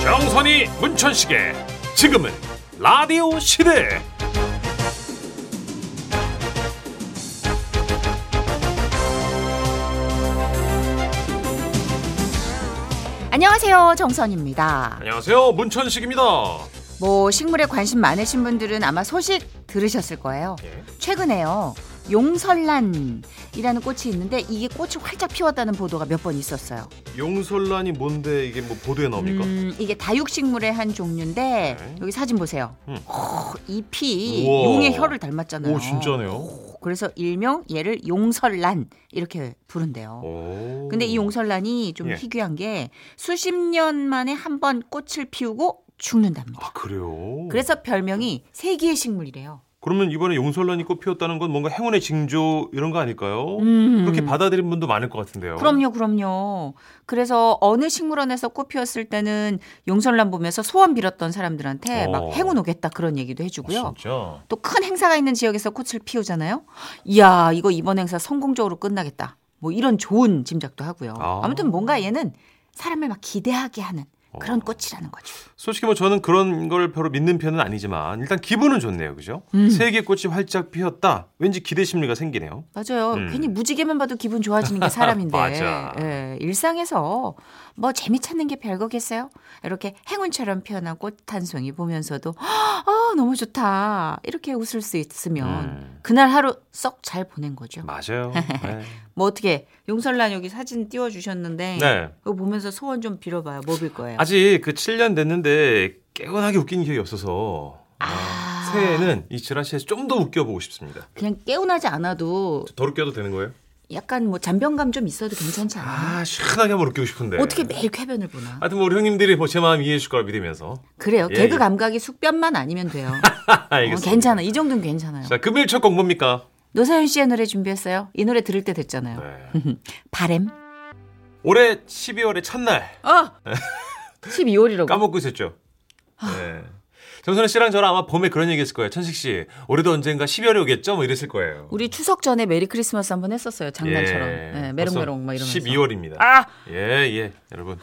문학이 문천식의 지금은 라디오 시대 안녕하세요 정선입니다. 안녕하세요 문천식입니다 뭐 식물에 관심 많으신 분들은 아마 소식 들으셨을 거예요. 예. 최근에요 용설란이라는 꽃이 있는데 이게 꽃을 활짝 피웠다는 보도가 몇 번 있었어요. 용설란이 뭔데 이게 뭐 보도에 나옵니까 음, 이게 다육식물의 한 종류인데 네. 여기 사진 보세요. 음. 어, 잎이 우와. 용의 혀를 닮았잖아요. 오 진짜네요 그래서 일명 얘를 용설란 이렇게 부른대요. 오. 근데 이 용설란이 좀 예. 희귀한 게 수십 년 만에 한 번 꽃을 피우고 죽는답니다. 아 그래요 그래서 별명이 세기의 식물이래요. 그러면 이번에 용설란이 꽃피었다는 건 뭔가 행운의 징조 이런 거 아닐까요 음. 그렇게 받아들인 분도 많을 것 같은데요 그럼요, 그럼요. 그래서 어느 식물원에서 꽃 피었을 때는 용설란 보면서 소원 빌었던 사람들한테 어. 막 행운 오겠다 그런 얘기도 아, 해주고요. 진짜 또 큰 행사가 있는 지역에서 꽃을 피우잖아요. 이야, 이거 이번 행사 성공적으로 끝나겠다. 뭐 이런 좋은 짐작도 하고요. 아. 아무튼 뭔가 얘는 사람을 막 기대하게 하는 어. 그런 꽃이라는 거죠. 솔직히 뭐 저는 그런 걸 별로 믿는 편은 아니지만 일단 기분은 좋네요 그죠 음. 세계 꽃이 활짝 피었다 왠지 기대 심리가 생기네요 맞아요. 음. 괜히 무지개만 봐도 기분 좋아지는 게 사람인데. 맞아. 예, 일상에서 뭐 재미 찾는 게 별거겠어요? 이렇게 행운처럼 피어난 꽃 한 송이 보면서도 아, 너무 좋다. 이렇게 웃을 수 있으면 음. 그날 하루 썩 잘 보낸 거죠. 맞아요 네. 뭐 어떻게 용설란 여기 사진 띄워 주셨는데 네. 그거 보면서 소원 좀 빌어 봐요. 뭐 빌 거예요? 아직 그 7년 됐는데 깨어나게 웃긴 기억이 없어서 아. 새해에는 이 지라시에서 좀 더 웃겨보고 싶습니다. 그냥 깨어나지 않아도 더 웃겨도 되는 거예요? 약간 뭐 잔병감 좀 있어도 괜찮지 않아요? 아 네. 시원하게 한번 웃기고 싶은데. 어떻게 매일 쾌변을 보나? 하여튼 뭐 우리 형님들이 뭐 제 마음 이해해 주실 거라 믿으면서. 그래요. 예, 개그 예. 감각이 숙변만 아니면 돼요. 어, 알겠습니다. 네. 괜찮아. 이 정도는 괜찮아요. 자 금일 첫 곡 뭡니까? 노사연 씨의 노래 준비했어요. 이 노래 들을 때 됐잖아요. 네. 바램. 올해 12월의 첫날 어. 12월이라고. 까먹고 있었죠. 아. 네. 정선우 씨랑 저랑 아마 봄에 그런 얘기했을 거예요. 천식 씨 올해도 언젠가 12월이 오겠죠? 뭐 이랬을 거예요. 우리 추석 전에 메리 크리스마스 한번 했었어요. 장난처럼. 예, 메롱메롱 막 이러면서. 12월입니다. 아! 예, 예, 여러분.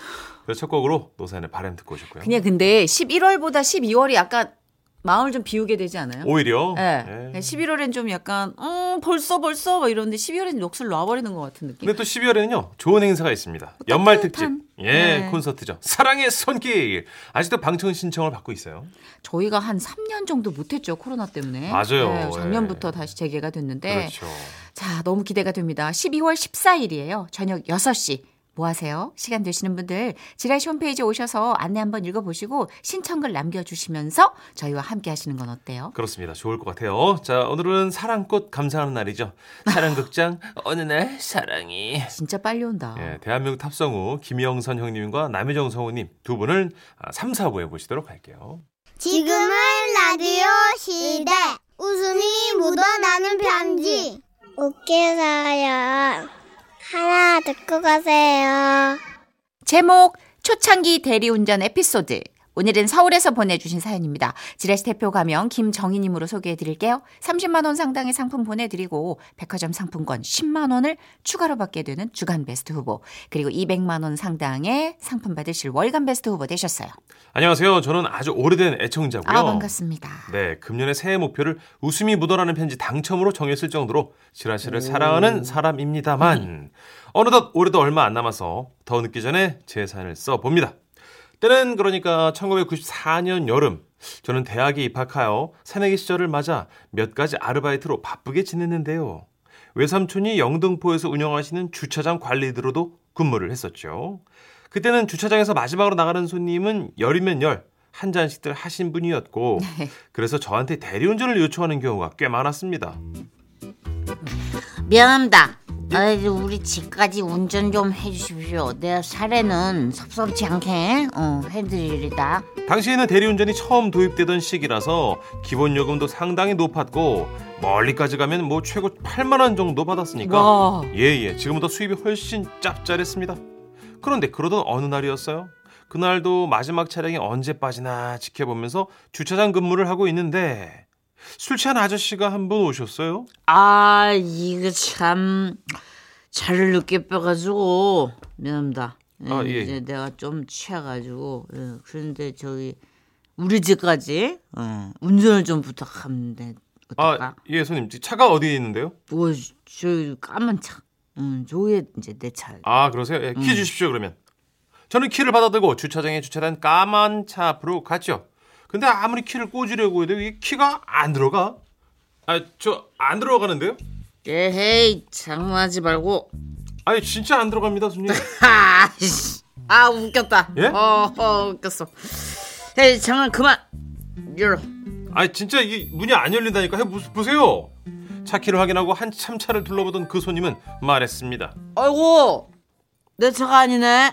그래서 첫 곡으로 노사연의 바람 듣고 오셨고요. 그냥 근데 11월보다 12월이 약간 마음을 좀 비우게 되지 않아요? 오히려 예. 예. 11월엔 좀 약간 음 벌써 벌써 막 이러는데 12월엔 녹슬 놔버리는 것 같은 느낌. 근데 또 12월에는요 좋은 행사가 있습니다. 연말 특집 따뜻한. 예 네. 콘서트죠. 사랑의 손길 아직도 방청 신청을 받고 있어요. 저희가 한 3년 정도 못했죠 코로나 때문에. 맞아요. 예, 작년부터 예. 다시 재개가 됐는데 그렇죠. 자, 너무 기대가 됩니다. 12월 14일이에요. 저녁 6시. 뭐 하세요? 시간 되시는 분들 지라시 홈페이지 오셔서 안내 한번 읽어보시고 신청글 남겨주시면서 저희와 함께 하시는 건 어때요? 그렇습니다. 좋을 것 같아요. 자 오늘은 사랑꽃 감상하는 날이죠. 사랑극장 어느 날 사랑이. 진짜 빨리 온다. 예, 대한민국 탑성우 김영선 형님과 남혜정 성우님 두 분을 3, 4부에 보시도록 할게요. 지금은 라디오 시대. 웃음이 묻어나는 편지. 웃겨서요. 하나 듣고 가세요. 제목 초창기 대리운전 에피소드. 오늘은 서울에서 보내주신 사연입니다. 지라시 대표 가명 김정희님으로 소개해드릴게요. 30만 원 상당의 상품 보내드리고 백화점 상품권 10만 원을 추가로 받게 되는 주간 베스트 후보 그리고 200만 원 상당의 상품 받으실 월간 베스트 후보 되셨어요. 안녕하세요. 저는 아주 오래된 애청자고요. 아 반갑습니다. 네, 금년의 새해 목표를 웃음이 묻어나는 편지 당첨으로 정했을 정도로 지라시를 사랑하는 사람입니다만 어느덧 올해도 얼마 안 남아서 더 늦기 전에 재산을 써 봅니다. 때는 그러니까 1994년 여름 저는 대학에 입학하여 새내기 시절을 맞아 몇 가지 아르바이트로 바쁘게 지냈는데요. 외삼촌이 영등포에서 운영하시는 주차장 관리들로도 근무를 했었죠. 그때는 주차장에서 마지막으로 나가는 손님은 열이면 열, 한 잔씩들 하신 분이었고, 그래서 저한테 대리운전을 요청하는 경우가 꽤 많았습니다. 미안합니다. 아이 우리 집까지 운전 좀 해주십시오. 내 사례는 섭섭치 않게 어, 해드리리다. 당시에는 대리운전이 처음 도입되던 시기라서 기본 요금도 상당히 높았고, 멀리까지 가면 뭐 최고 8만원 정도 받았으니까, 와 예예, 지금보다 수입이 훨씬 짭짤했습니다. 그런데 그러던 어느 날이었어요. 그날도 마지막 차량이 언제 빠지나 지켜보면서 주차장 근무를 하고 있는데, 술 취한 아저씨가 한 분 오셨어요. 아 이거 참 차를 늦게 빼가지고 미안합니다. 아, 예. 이제 내가 좀 취해가지고 예, 그런데 저기 우리 집까지 예, 운전을 좀 부탁하는데 어떨까? 아, 예, 손님. 차가 어디에 있는데요? 뭐, 저 까만 차. 음, 저게 이제 내 차. 아, 그러세요? 예, 키 주십시오, 그러면. 저는 키를 받아들고 주차장에 주차된 까만 차 앞으로 갔죠. 근데 아무리 키를 꽂으려고 해도 이 키가 안 들어가. 아, 저 안 들어가는데요? 예, 에헤이, 장난하지 말고. 아니, 진짜 안 들어갑니다, 손님. 아, 씨. 아, 웃겼다. 예? 어, 어, 웃겼어. 에이, 장난 그만. 열어. 아니 진짜 이게 문이 안 열린다니까 해 보- 보세요. 차 키를 확인하고 한참 차를 둘러보던 그 손님은 말했습니다. 아이고, 내 차가 아니네.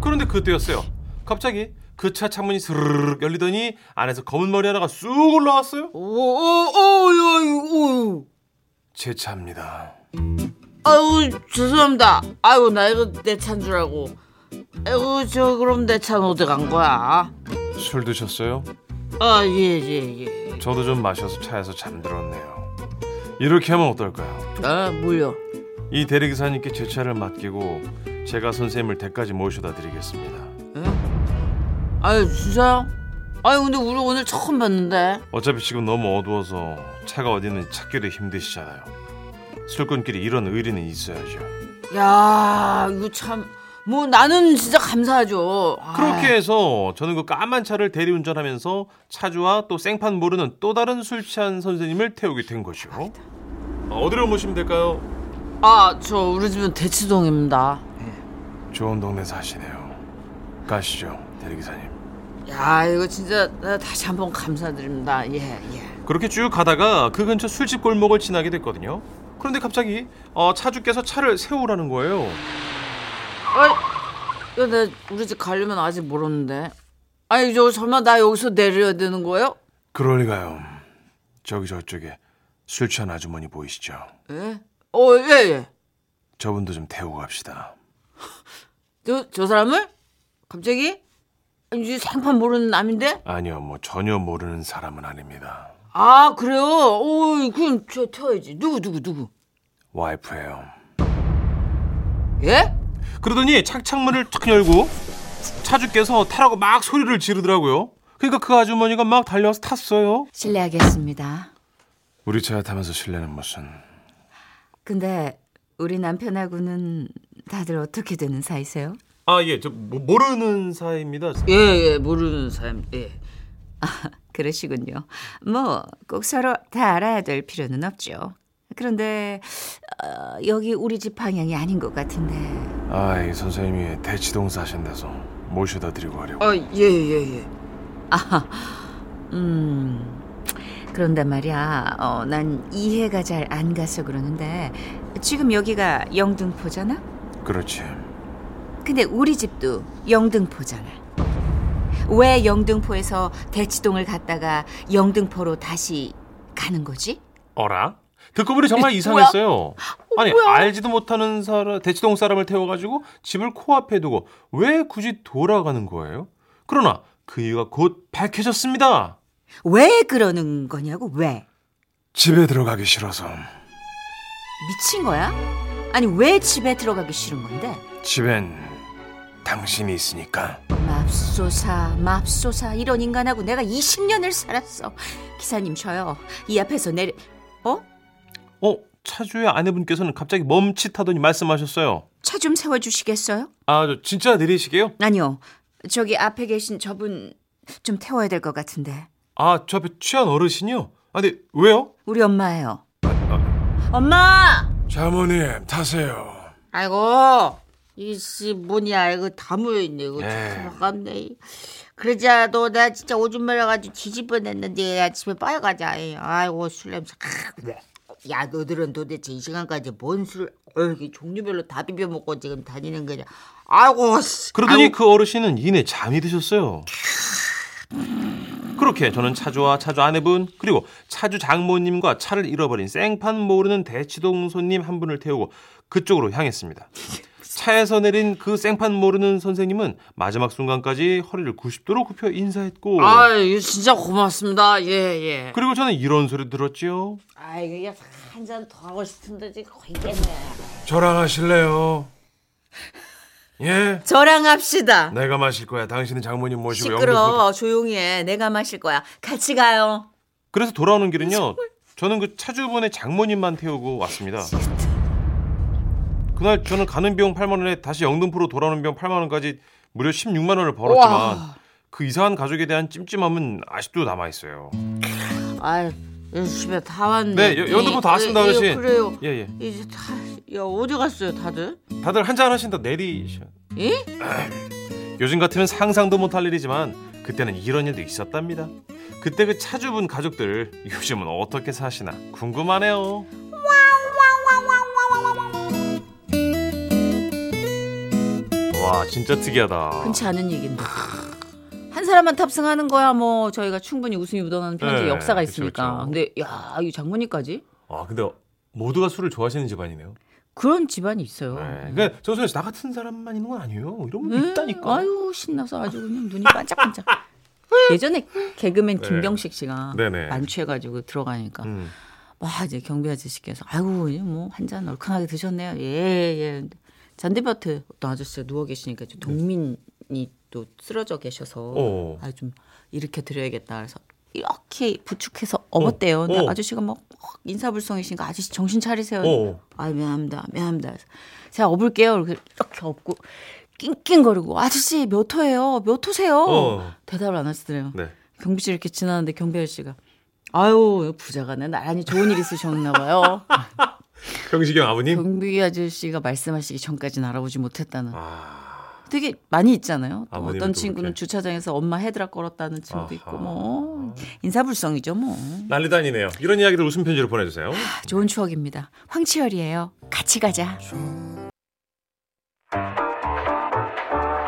그런데 그때였어요. 갑자기 그 차 창문이 스르륵 열리더니 안에서 검은 머리 하나가 쑥 올라왔어요. 오, 오, 오, 오, 오. 제 차입니다. 아유, 죄송합니다. 아유, 나 이거 내 차인 줄 알고. 아이고, 저 그럼 내 차는 어디 간 거야? 술 드셨어요? 아, 예, 예, 예. 저도 좀 마셔서 차에서 잠들었네요. 이렇게 하면 어떨까요? 아, 뭐요? 이 대리기사님께 제 차를 맡기고 제가 선생님을 댁까지 모셔다 드리겠습니다. 아유, 진짜요? 아유, 근데 우리 오늘 처음 봤는데. 어차피 지금 너무 어두워서 차가 어디 있는지 찾기도 힘드시잖아요. 술꾼끼리 이런 의리는 있어야죠. 야 이거 참 뭐 나는 진짜 감사하죠. 아, 그렇게 해서 저는 그 까만 차를 대리운전하면서 차주와 또 생판 모르는 또 다른 술 취한 선생님을 태우게 된 거죠. 아, 어디로 모시면 될까요? 아, 저 우리 집은 대치동입니다. 좋은 동네 사시네요. 가시죠, 대리기사님. 야 이거 진짜 나 다시 한번 감사드립니다. 예 예. 그렇게 쭉 가다가 그 근처 술집 골목을 지나게 됐거든요. 그런데 갑자기 어, 차주께서 차를 세우라는 거예요. 이거 내 우리 집 가려면 아직 멀었는데. 아니 저 설마 나 여기서 내려야 되는 거예요? 그럴 리가요. 저기 저쪽에 술 취한 아주머니 보이시죠? 예? 어 예 예. 저분도 좀 태우고 갑시다. 저 저 사람을 갑자기 이제 생판 모르는 남인데? 아니요, 뭐 전혀 모르는 사람은 아닙니다. 아 그래요? 오 그럼 저 태워야지. 누구 누구 누구? 와이프예요. 예? 그러더니 창창문을 탁 열고 차주께서 타라고 막 소리를 지르더라고요. 그러니까 그 아주머니가 막 달려와서 탔어요. 실례하겠습니다. 우리 차 타면서 실례는 무슨. 근데 우리 남편하고는 다들 어떻게 되는 사이세요? 아 예, 저 모- 모르는 사이입니다. 예, 예, 모르는 사람. 예. 그러시군요. 뭐 꼭 서로 다 알아야 될 필요는 없죠. 그런데 어, 여기 우리 집 방향이 아닌 것 같은데 아 이 선생님이 대치동 사신다서 모셔다 드리고 하려고. 아, 예, 예, 예. 음 그런데 말이야 어, 난 이해가 잘 안 가서 그러는데 지금 여기가 영등포잖아? 그렇지. 근데 우리 집도 영등포잖아. 왜 영등포에서 대치동을 갔다가 영등포로 다시 가는 거지? 어라? 듣고 보니 정말 이상했어요. 아니 알지도 못하는 사람 대치동 사람을 태워가지고 집을 코앞에 두고 왜 굳이 돌아가는 거예요? 그러나 그 이유가 곧 밝혀졌습니다. 왜 그러는 거냐고 왜? 집에 들어가기 싫어서 미친 거야? 아니 왜 집에 들어가기 싫은 건데? 집엔 당신이 있으니까 맙소사 맙소사 이런 인간하고 내가 20년을 살았어. 기사님 저요 이 앞에서 내려 어? 어 차주의 아내분께서는 갑자기 멈칫하더니 말씀하셨어요 차 좀 세워주시겠어요? 아 저 진짜 내리시게요? 아니요 저기 앞에 계신 저분 좀 태워야 될 것 같은데 아 저 앞에 취한 어르신이요? 아 근데 왜요? 우리 엄마예요. 엄마! 자모님 타세요 아이고, 이씨 뭐냐 이거 다 모여 있네 이거 네. 참 아깝네. 그러자도 나 진짜 오줌 말아가지고 뒤집어냈는데 야, 집에 빨리 가자. 에이, 아이고 술 냄새. 아, 네. 그래. 야 너들은 도대체 이 시간까지 뭔 술을 어이 종류별로 다 비벼 먹고 지금 다니는 거냐. 아이고. 씨. 그러더니 아이고, 그 어르신은 이내 잠이 드셨어요. 그렇게 저는 차주와 차주 아내분 그리고 차주 장모님과 차를 잃어버린 생판 모르는 대치동 손님 한 분을 태우고 그쪽으로 향했습니다. 차에서 내린 그 생판 모르는 선생님은 마지막 순간까지 허리를 90도로 굽혀 인사했고 아유 진짜 고맙습니다. 예 예. 그리고 저는 이런 소리 들었지요. 아이고 한잔 더 하고 싶은데 지금 거의 깼네. 저랑 하실래요? 예. 저랑 합시다. 내가 마실 거야. 당신은 장모님 모시고 영등포- 시끄러. 조용히 해. 내가 마실 거야. 같이 가요. 그래서 돌아오는 길은요. 저는 그 차주분의 장모님만 태우고 왔습니다. 그날 저는 가는 비용 8만 원에 다시 영등포로 돌아오는 비용 8만 원까지 무려 16만 원을 벌었지만 그 이상한 가족에 대한 찜찜함은 아직도 남아 있어요. 아유, 이 집에 다 왔네. 네, 여- 여기도 뭐다 왔습니다, 예, 예, 어르신. 그래요. 예 예. 이제 다, 야 어디 갔어요, 다들? 다들 한잔 하신 다 내리셔. 예? 요즘 같으면 상상도 못할 일이지만 그때는 이런 일도 있었답니다. 그때 그 차주분 가족들 요즘은 어떻게 사시나 궁금하네요. 와 진짜 특이하다. 흔치 않은 얘기인데. 한 사람만 탑승하는 거야 뭐 저희가 충분히 웃음이 묻어나는 편지 네, 의 역사가 그쵸, 있으니까. 그쵸. 근데 야, 이 장모님까지 아 근데 모두가 술을 좋아하시는 집안이네요. 그런 집안이 있어요. 네. 그러니까 정선씨 나 같은 사람만 있는 건 아니에요. 이런 분 네, 있다니까. 아유 신나서 아주 그냥 눈이 반짝반짝. 예전에 개그맨 네. 김병식 씨가 네네. 만취해가지고 들어가니까 음. 와 이제 경비 아저씨께서 아이고 뭐한 잔 얼큰하게 드셨네요. 예예. 잔디밭에 어떤 아저씨가 누워 계시니까 좀 동민이 또 쓰러져 계셔서 어. 아 좀 일으켜 드려야겠다. 그래서 이렇게 부축해서 업었대요. 근데 어. 아저씨가 막 확 인사불성이시니까 아저씨 정신 차리세요. 어. 아 미안합니다, 미안합니다. 그래서 제가 업을게요. 이렇게, 이렇게 업고 낑낑거리고 아저씨 몇 호예요? 몇 호세요? 어. 대답을 안 하시더래요. 네. 경비실 이렇게 지나는데 경비 아저씨가 아유 부자가네 나란히 좋은 일 있으셨나 봐요. 형식이 형 아버님. 경비 아저씨가 말씀하시기 전까지는 알아보지 못했다는 아. 되게 많이 있잖아요. 또 아버님이 어떤 또 친구는 그렇게. 주차장에서 엄마 헤드락 걸었다는 친구도 있고 아하. 뭐 인사불성이죠 뭐 난리 다니네요. 이런 이야기들 웃음 편지로 보내주세요. 좋은 추억입니다. 황치열이에요. 같이 가자.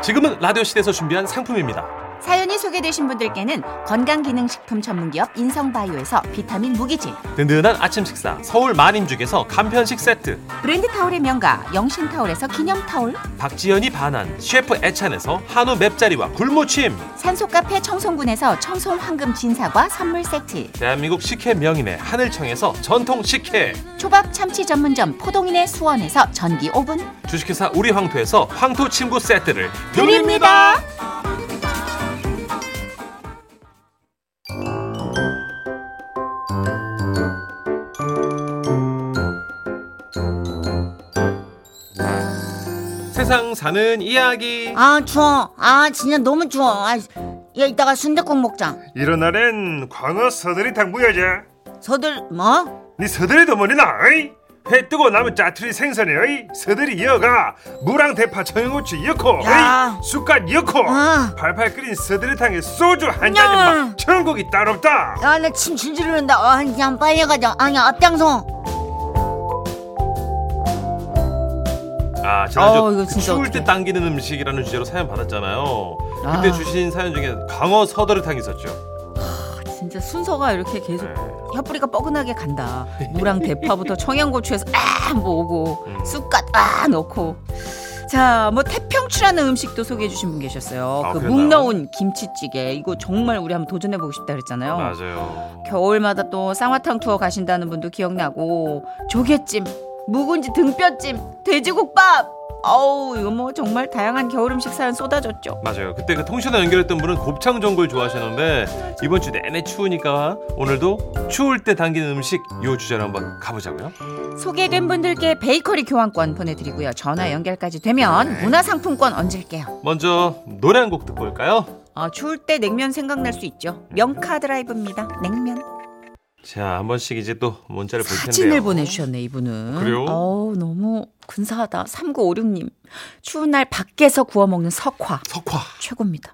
지금은 라디오 시대에서 준비한 상품입니다. 사연이 소개되신 분들께는 건강기능식품 전문기업 인성바이오에서 비타민 무기질, 든든한 아침 식사 서울 만인죽에서 간편식 세트. 브랜드 타올의 명가 영신타올에서 기념타올, 박지현이 반한 셰프 애찬에서 한우 맵자리와 굴무침 산소카페 청송군에서 청송 황금 진사과 선물 세트, 대한민국 식혜 명인의 하늘청에서 전통 식혜 초밥 참치 전문점 포동인의 수원에서 전기 오븐, 주식회사 우리 황토에서 황토 침구 세트를 드립니다 세상 사는 이야기 아 추워. 아 진짜 너무 추워. 아, 야 이따가 순대국 먹자. 일어나는 광어 서들이 당부여자 서들 뭐? 니 서들이 더머니 나이 회 뜨고 나면 짜투리 생선이 어이 서들이 이어가 무랑 대파 청양고추 이어코 야. 어이 쑥갓 이어코 아. 팔팔 끓인 서들이탕에 소주 한 잔이 막 천국이 따로 없다 야나 침 질질 흐른다. 아 그냥 빨리 가자. 아니 앞장서. 아, 지난주 어, 이거 진짜 추울 어떡해. 때 당기는 음식이라는 주제로 사연 받았잖아요. 그때 주신 사연 중에 광어 서더리탕 있었죠. 진짜 순서가 이렇게 계속 네. 혀뿌리가 뻐근하게 간다. 무랑 대파부터 청양고추에서 아뭐 오고 음. 쑥갓 아 넣고. 자, 뭐 태평추라는 음식도 소개해 주신 분 계셨어요. 아, 그 그랬나요? 묵 넣은 김치찌개. 이거 정말 우리 한번 도전해 보고 싶다 그랬잖아요. 맞아요. 겨울마다 또 쌍화탕 투어 가신다는 분도 기억나고 조개찜, 묵은지 등뼈찜, 돼지국밥. 어우, 이거 뭐 정말 다양한 겨울 음식 사연 쏟아졌죠. 맞아요. 그때 그 통신화 연결했던 분은 곱창 전골 좋아하시는데 이번 주 내내 추우니까 오늘도 추울 때 당기는 음식 요 주제로 한번 가보자고요. 소개된 분들께 베이커리 교환권 보내드리고요. 전화 연결까지 되면 문화상품권 얹을게요. 먼저 노래 한 곡 듣고 올까요? 어, 아, 추울 때 냉면 생각날 수 있죠. 명카 드라이브입니다. 냉면. 자, 한 번씩 이제 또 문자를 볼 텐데요. 사진을 보내주셨네 이분은. 그래요? 어우 너무 근사하다. 3956님. 추운 날 밖에서 구워 먹는 석화. 석화. 최고입니다.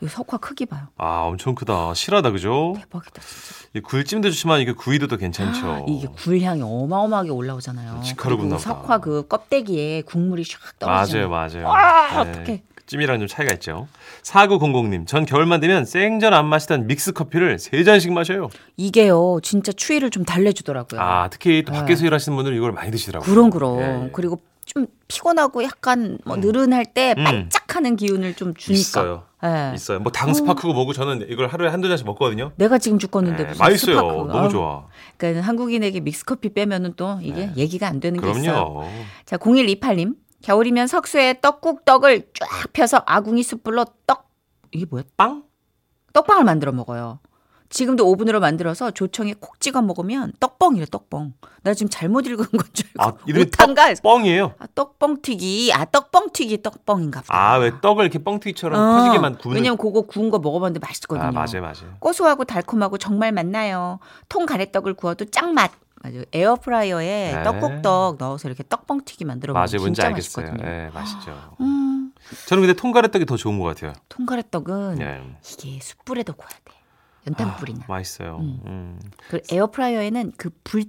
이 석화 크기 봐요. 아, 엄청 크다. 실하다, 그죠? 대박이다 진짜. 아, 이 굴찜도 좋지만 이게 구이도 또 괜찮죠. 이게 굴향이 어마어마하게 올라오잖아요. 어. 직화로구나 그리고 보다. 석화 그 껍데기에 국물이 샥 맞아요, 떨어지잖아요. 맞아요. 아, 네. 어떡해. 찜이랑 좀 차이가 있죠. 4900님, 전 겨울만 되면 생전 안 마시던 믹스 커피를 세 잔씩 마셔요. 이게요 진짜 추위를 좀 달래주더라고요. 아, 특히 또 네. 밖에서 일하시는 분들은 이걸 많이 드시더라고요. 그럼 그럼. 예. 그리고 좀 피곤하고 약간 뭐 느른할 때 음. 반짝하는 기운을 좀 주니까. 있어요. 예. 있어요. 뭐 당스파크고 뭐고 저는 이걸 하루에 한두 잔씩 먹거든요. 내가 지금 죽었는데 네, 무슨 맛있어요. 스파크. 너무 아유. 좋아. 예. 그러니까 한국인에게 믹스커피 빼면은 또 이게 얘기가 안 되는 게 있어요. 그럼요. 자, 0128님. 겨울이면 석쇠에 떡국 떡을 쫙 펴서 아궁이 숯불로 떡 이게 뭐야? 빵? 떡빵을 만들어 먹어요. 지금도 오븐으로 만들어서 조청에 콕 찍어 먹으면 떡뻥이래 떡뻥. 나 지금 잘못 읽은 건 줄 아, 알고 이름이 그 오탄가 해서 뻥이에요. 아, 떡뻥튀기. 아, 떡뻥튀기 떡뻥인가 보다. 아, 왜 떡을 이렇게 뻥튀기처럼 어, 커지게만 구우는 왜냐면 그거 구운 거 먹어봤는데 맛있거든요. 아, 맞아요, 맞아요. 고소하고 달콤하고 정말 맞나요. 통가래떡을 구워도 짱맛. 맞아요. 에어프라이어에 네. 떡국떡 넣어서 이렇게 떡뻥튀기 만들어 먹으면 맞아요, 진짜 뭔지 알겠어요. 맛있거든요. 예, 맛있죠. 음, 저는 근데 통가래떡이 더 좋은 것 같아요. 통가래떡은 예. 이게 숯불에도 구워야 아, 돼. 연탄불이나. 맛있어요. 음. 음. 그 에어프라이어에는 그 불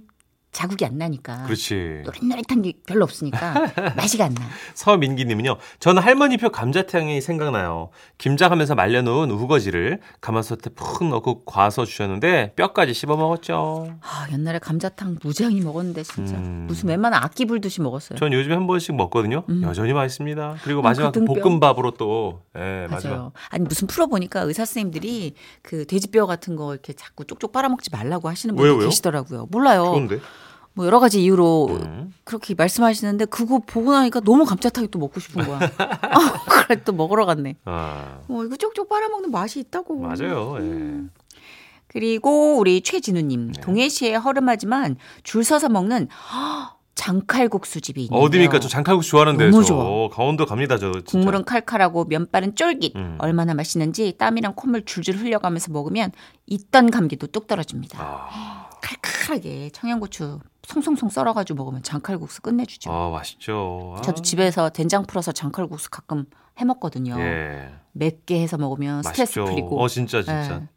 자국이 안 나니까. 그렇지. 네. 노릇노릇한 게 별로 없으니까 맛이 안 나. 서민기님은요. 저는 할머니표 감자탕이 생각나요. 김장하면서 말려놓은 우거지를 가마솥에 푹 넣고 과서 주셨는데 뼈까지 씹어 먹었죠. 아, 옛날에 감자탕 무지하게 먹었는데 진짜 음. 무슨 웬만한 악기 불듯이 먹었어요. 전 요즘에 한 번씩 먹거든요. 음. 여전히 맛있습니다. 그리고 음, 마지막 그 등뼈. 볶음밥으로 또 예, 마지막 맞아요. 아니 무슨 풀어 보니까 의사 선생님들이 그 돼지뼈 같은 거 이렇게 자꾸 쪽쪽 빨아먹지 말라고 하시는 분들 왜요, 왜요? 계시더라고요. 몰라요. 좋은데. 뭐 여러 가지 이유로 음. 그렇게 말씀하시는데 그거 보고 나니까 너무 감자탕이 또 먹고 싶은 거야. 아, 그래 또 먹으러 갔네. 아, 어, 이거 쪽쪽 빨아먹는 맛이 있다고. 음. 맞아요. 예. 그리고 우리 최진우님 네. 동해시에 허름하지만 줄 서서 먹는 장칼국수 집이 있는데요. 어디입니까? 저 장칼국수 좋아하는데 너무 저 좋아. 강원도 갑니다. 저 진짜. 국물은 칼칼하고 면발은 쫄깃. 음. 얼마나 맛있는지 땀이랑 콧물 줄줄 흘려가면서 먹으면 있던 감기도 뚝 떨어집니다. 아, 칼칼하게 청양고추 송송송 썰어가지고 먹으면 장칼국수 끝내주죠. 아, 맛있죠. 아. 저도 집에서 된장 풀어서 장칼국수 가끔 해 먹거든요. 예. 맵게 해서 먹으면 스트레스 맛있죠. 풀리고. 어, 진짜 진짜. 예.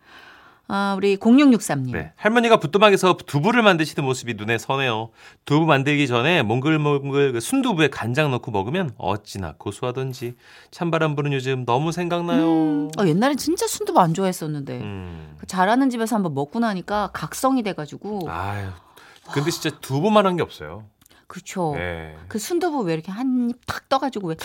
아, 우리 0663님. 네. 할머니가 부뚜막에서 두부를 만드시는 모습이 눈에 서네요. 두부 만들기 전에 몽글몽글 그 순두부에 간장 넣고 먹으면 어찌나 고소하던지 찬바람 부는 요즘 너무 생각나요. 음. 어, 옛날엔 진짜 순두부 안 좋아했었는데. 그 잘하는 집에서 한번 먹고 나니까 각성이 돼가지고. 아유. 근데 진짜 두부만 한 게 없어요. 그렇죠. 예. 그 순두부 왜 이렇게 한 입 탁 떠가지고 왜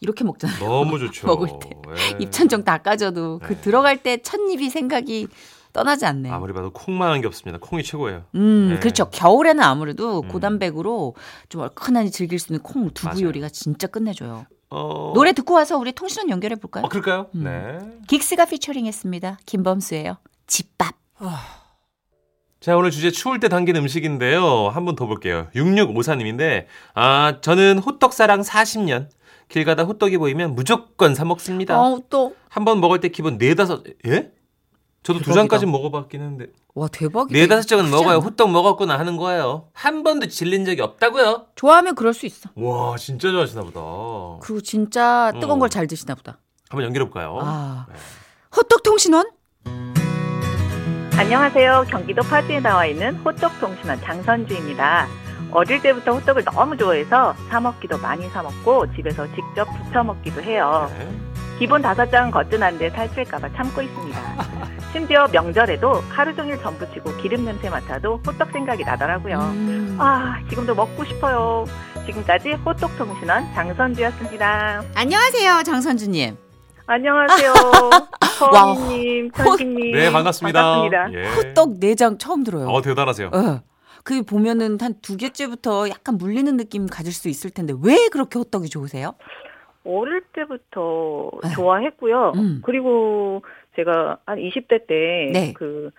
이렇게 먹잖아요. 너무 좋죠. 먹을 때 예. 입천정 닦아줘도 네. 그 들어갈 때 첫입이 생각이 떠나지 않네. 아무리 봐도 콩만 한 게 없습니다. 콩이 최고예요. 음, 네. 그렇죠. 겨울에는 아무래도 음. 고단백으로 좀 얼큰하니 즐길 수 있는 콩 두부 맞아요. 요리가 진짜 끝내줘요. 어. 노래 듣고 와서 우리 통신원 연결해 볼까요? 어, 그럴까요? 음. 네. 긱스가 피처링했습니다. 김범수예요. 집밥. 자, 오늘 주제 추울 때 당긴 음식인데요. 한 번 더 볼게요. 6654님인데, 아, 저는 호떡사랑 40년. 길 가다 호떡이 보이면 무조건 사먹습니다. 어우 또. 한 번 먹을 때 기본 네다섯, 예? 저도 두 대박이다. 뭐- 장까지 먹어봤긴 한데. 와 대박이다. 네다섯 장은 크지 먹어요. 않아? 호떡 먹었구나 하는 거예요. 한 번도 질린 적이 없다고요. 좋아하면 그럴 수 있어. 와, 진짜 좋아하시나 보다. 그리고 진짜 뜨거운 음. 걸 잘 드시나 보다. 한번 연결해볼까요? 아. 네. 호떡 통신원? 안녕하세요. 경기도 파주에 나와 있는 호떡 통신원 장선주입니다. 어릴 때부터 호떡을 너무 좋아해서 사 먹기도 많이 사 먹고 집에서 직접 부쳐 먹기도 해요. 네. 기본 다섯 장은 거뜬한데 살찔까봐 참고 있습니다. 심지어 명절에도 하루 종일 전부치고 기름 냄새 맡아도 호떡 생각이 나더라고요. 음. 아, 지금도 먹고 싶어요. 지금까지 호떡 통신원 장선주였습니다. 안녕하세요 장선주님. 안녕하세요. 와우. 서희님, 천식님. 네, 반갑습니다. 반갑습니다. 예. 호떡 네 내장 처음 들어요. 어, 대단하세요. 예. 그 보면은 한 두 개째부터 약간 물리는 느낌 가질 수 있을 텐데 왜 그렇게 호떡이 좋으세요? 어릴 때부터 네. 좋아했고요. 음. 그리고 제가 한 20대 때 네. 그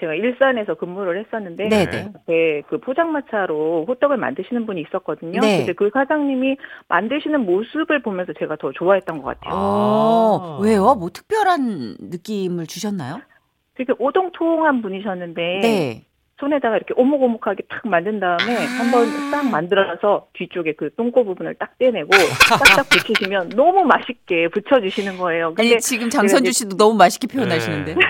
제가 일산에서 근무를 했었는데 네, 네. 네. 그그 포장마차로 호떡을 만드시는 분이 있었거든요. 네. 근데 그 사장님이 만드시는 모습을 보면서 제가 더 좋아했던 것 같아요. 어, 왜요? 뭐 특별한 느낌을 주셨나요? 되게 오동통한 분이셨는데 네. 손에다가 이렇게 오목오목하게 탁 만든 다음에 아. 한번 싹 만들어서 뒤쪽에 그 똥꼬 부분을 딱 떼내고 딱딱 붙이시면 너무 맛있게 붙여주시는 거예요. 근데 네, 아니 지금 장선주 제가 씨도 너무 맛있게 표현하시는데. 네.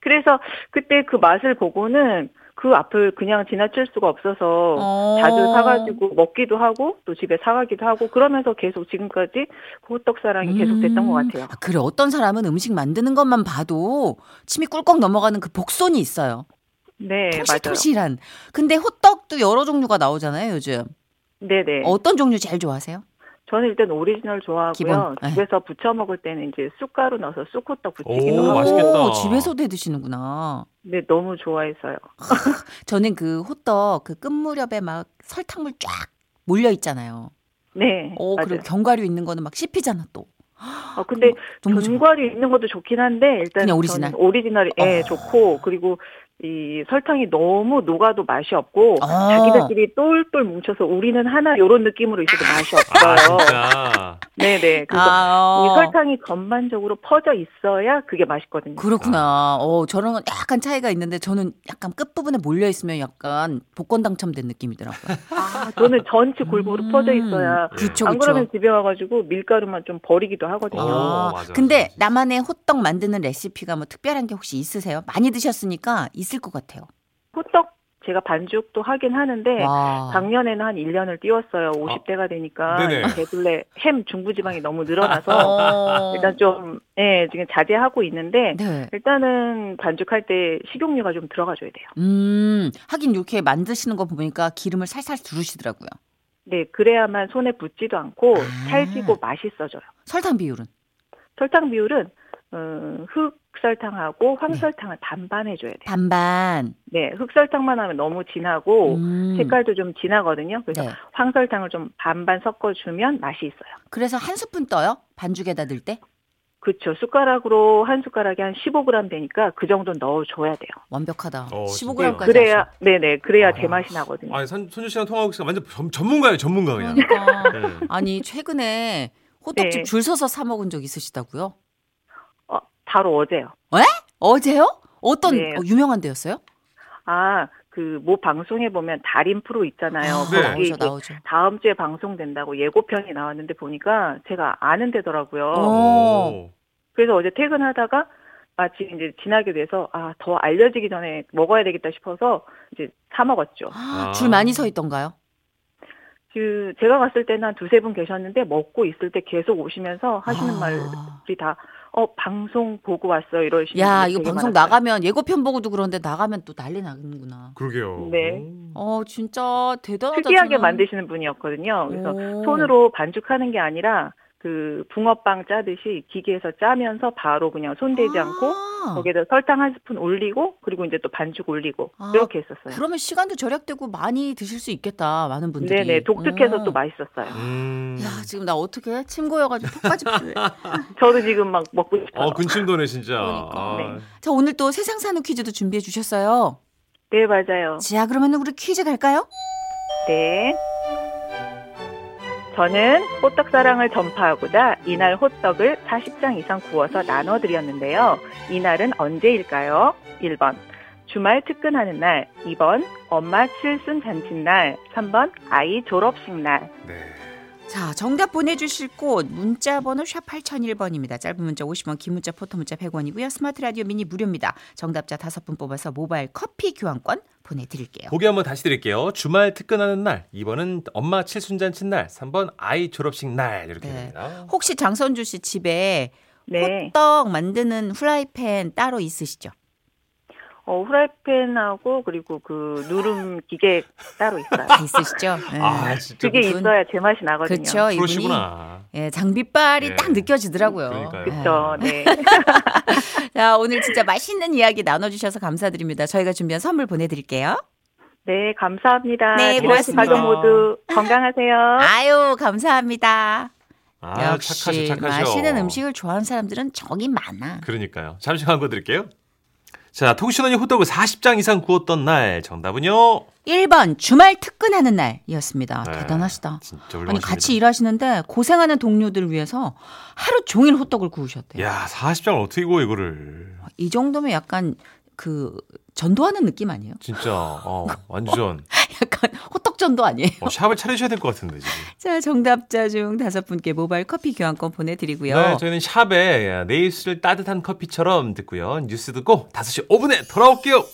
그래서 그때 그 맛을 보고는 그 앞을 그냥 지나칠 수가 없어서 어. 자주 사가지고 먹기도 하고 또 집에 사가기도 하고 그러면서 계속 지금까지 그 호떡사랑이 계속됐던 음. 것 같아요. 아, 그래 어떤 사람은 음식 만드는 것만 봐도 침이 꿀꺽 넘어가는 그 복손이 있어요. 네, 맞아요. 통실통실한. 근데 호떡도 여러 종류가 나오잖아요 요즘. 네네. 어떤 종류 제일 좋아하세요? 저는 일단 오리지널 좋아하고요. 기본, 네. 집에서 부쳐 먹을 때는 이제 쑥가루 넣어서 쑥호떡 오, 부치기도 하고 맛있겠다. 집에서도 해 드시는구나. 네, 너무 좋아해서요. 저는 그 호떡 그 끝무렵에 막 설탕물 쫙 몰려 있잖아요. 네. 어, 맞아요. 그리고 견과류 있는 거는 막 씹히잖아 또. 어, 근데 너무 좋아. 견과류 있는 것도 좋긴 한데 일단 그냥 오리지널. 어. 저는 오리지널이 예, 좋고 그리고 이 설탕이 너무 녹아도 맛이 없고 아. 자기들끼리 똘똘 뭉쳐서 우리는 하나 요런 느낌으로 있어도 맛이 아 없어요. 진짜. 네네. 그래서 아, 이 어. 설탕이 전반적으로 퍼져 있어야 그게 맛있거든요. 그렇구나. 어, 저랑은 약간 차이가 있는데 저는 약간 끝부분에 몰려 있으면 약간 복권 당첨된 느낌이더라고요. 아, 저는 전체 골고루 퍼져 있어야. 음, 그쵸, 안 그쵸. 그러면 집에 와가지고 밀가루만 좀 버리기도 하거든요. 어, 아, 맞아, 근데 맞아. 나만의 호떡 만드는 레시피가 뭐 특별한 게 혹시 있으세요? 많이 드셨으니까 있을 것 같아요. 호떡 제가 반죽도 하긴 하는데 와. 작년에는 한 1년을 띄웠어요. 50대가 되니까 네네. 배둘레 햄 중부지방이 너무 늘어나서 어. 일단 좀 예, 지금 자제하고 있는데 네. 일단은 반죽할 때 식용유가 좀 들어가줘야 돼요. 음, 하긴 이렇게 만드시는 거 보니까 기름을 살살 두르시더라고요. 네, 그래야만 손에 붙지도 않고 아. 찰지고 맛있어져요. 설탕 비율은? 설탕 비율은 어, 흑설탕하고 황설탕을 반반 해줘야 돼요. 반반. 네, 흑설탕만 하면 너무 진하고 음. 색깔도 좀 진하거든요. 그래서 네. 황설탕을 좀 반반 섞어주면 맛이 있어요. 그래서 한 스푼 떠요? 반죽에다 넣을 때? 그렇죠. 숟가락으로 한 숟가락에 한 15g 되니까 그 정도 넣어줘야 돼요. 완벽하다. 어, 15g까지. 맞아, 그래야 네네 그래야 아. 제맛이 나거든요. 아니 선, 손주 씨랑 통화하고 있으니까 완전 전- 전문가예요 전문가 그냥. 그러니까. 네. 아니 최근에 호떡집 네. 줄 서서 사 먹은 적 있으시다고요? 어, 바로 어제요. 어제요? 어떤 네. 어, 유명한 데였어요? 아 그 모 방송에 보면 달인 프로 있잖아요. 네. 거기 나오죠, 나오죠. 다음 주에 방송된다고 예고편이 나왔는데 보니까 제가 아는 데더라고요. 어. 오. 그래서 어제 퇴근하다가 마치 이제 지나게 돼서 아 더 알려지기 전에 먹어야 되겠다 싶어서 이제 사 먹었죠. 아. 줄 많이 서 있던가요? 그 제가 갔을 때는 한 두세 분 계셨는데 먹고 있을 때 계속 오시면서 하시는 아. 말이 다 어, 방송 보고 왔어요. 이러시는 야, 분들이 이거 되게 방송 많았어요. 나가면 예고편 보고도 그런데 나가면 또 난리 나는구나. 그러게요. 네. 어, 진짜 대단하다. 특이하게 저는. 만드시는 분이었거든요. 그래서 오. 손으로 반죽하는 게 아니라 그 붕어빵 짜듯이 기계에서 짜면서 바로 그냥 손대지 않고 아. 거기에다 설탕 한 스푼 올리고 그리고 이제 또 반죽 올리고 아, 이렇게 했었어요. 그러면 시간도 절약되고 많이 드실 수 있겠다. 많은 분들이. 네네 독특해서 음. 또 맛있었어요. 음. 야, 지금 나 어떻게 침 고여가지고 턱까지 풀려. 저도 지금 막 먹고 싶어요. 어 군침 도네 진짜. 그러니까. 아. 자, 오늘 또 세상 사는 퀴즈도 준비해 주셨어요. 네 맞아요. 자, 그러면 우리 퀴즈 갈까요? 네. 저는 호떡 사랑을 전파하고자 이날 호떡을 40장 이상 구워서 나눠드렸는데요. 이날은 언제일까요? 1번. 주말 특근하는 날. 2번. 엄마 칠순 잔칫날. 3번. 아이 졸업식 날. 네. 자, 정답 보내주실 곳 문자 번호 샵 8001번입니다. 짧은 문자 50원, 긴 문자, 포토 문자 100원이고요. 스마트 라디오 미니 무료입니다. 정답자 5분 뽑아서 모바일 커피 교환권 보내드릴게요. 보기 한번 다시 드릴게요. 주말 특근하는 날, 2번은 엄마 칠순잔치 날, 3번 아이 졸업식 날 이렇게 네. 됩니다. 혹시 장선주 씨 집에 네. 호떡 만드는 후라이팬 따로 있으시죠? 어, 후라이팬하고 그리고 그 누름 기계 따로 있어요. 다 있으시죠? 예. 아 진짜 뭐 그게 무슨- 있어야 제맛이 나거든요. 그렇죠. 이분이 프로시구나. 예, 장비빨이 예. 딱 느껴지더라고요. 그러니까요. 예. 그렇죠. 네. 자, 오늘 진짜 맛있는 이야기 나눠주셔서 감사드립니다. 저희가 준비한 선물 보내드릴게요. 네, 감사합니다. 네, 지라시 고맙습니다. 가족 모두 건강하세요. 아유, 감사합니다. 아, 역시 착하셔, 착하셔. 맛있는 음식을 좋아하는 사람들은 정이 많아. 그러니까요. 잠시 광고 드릴게요. 자, 통신원이 호떡을 40장 이상 구웠던 날 어. 정답은요. 1번 주말 특근하는 날이었습니다. 네. 대단하시다. 진짜 아니 훌륭하십니다. 같이 일하시는데 고생하는 동료들 위해서 하루 종일 호떡을 구우셨대요. 야, 40장을 어떻게 구워 이거를. 이 정도면 약간 그 전도하는 느낌 아니에요? 진짜 어, 완전 약간 호떡 전도 아니에요? 어, 샵을 차리셔야 될 것 같은데 지금. 자, 정답자 중 다섯 분께 모바일 커피 교환권 보내드리고요. 네, 저희는 예, 샵에 내 입술 따뜻한 커피처럼 듣고요. 뉴스 듣고 5시 5분에 돌아올게요.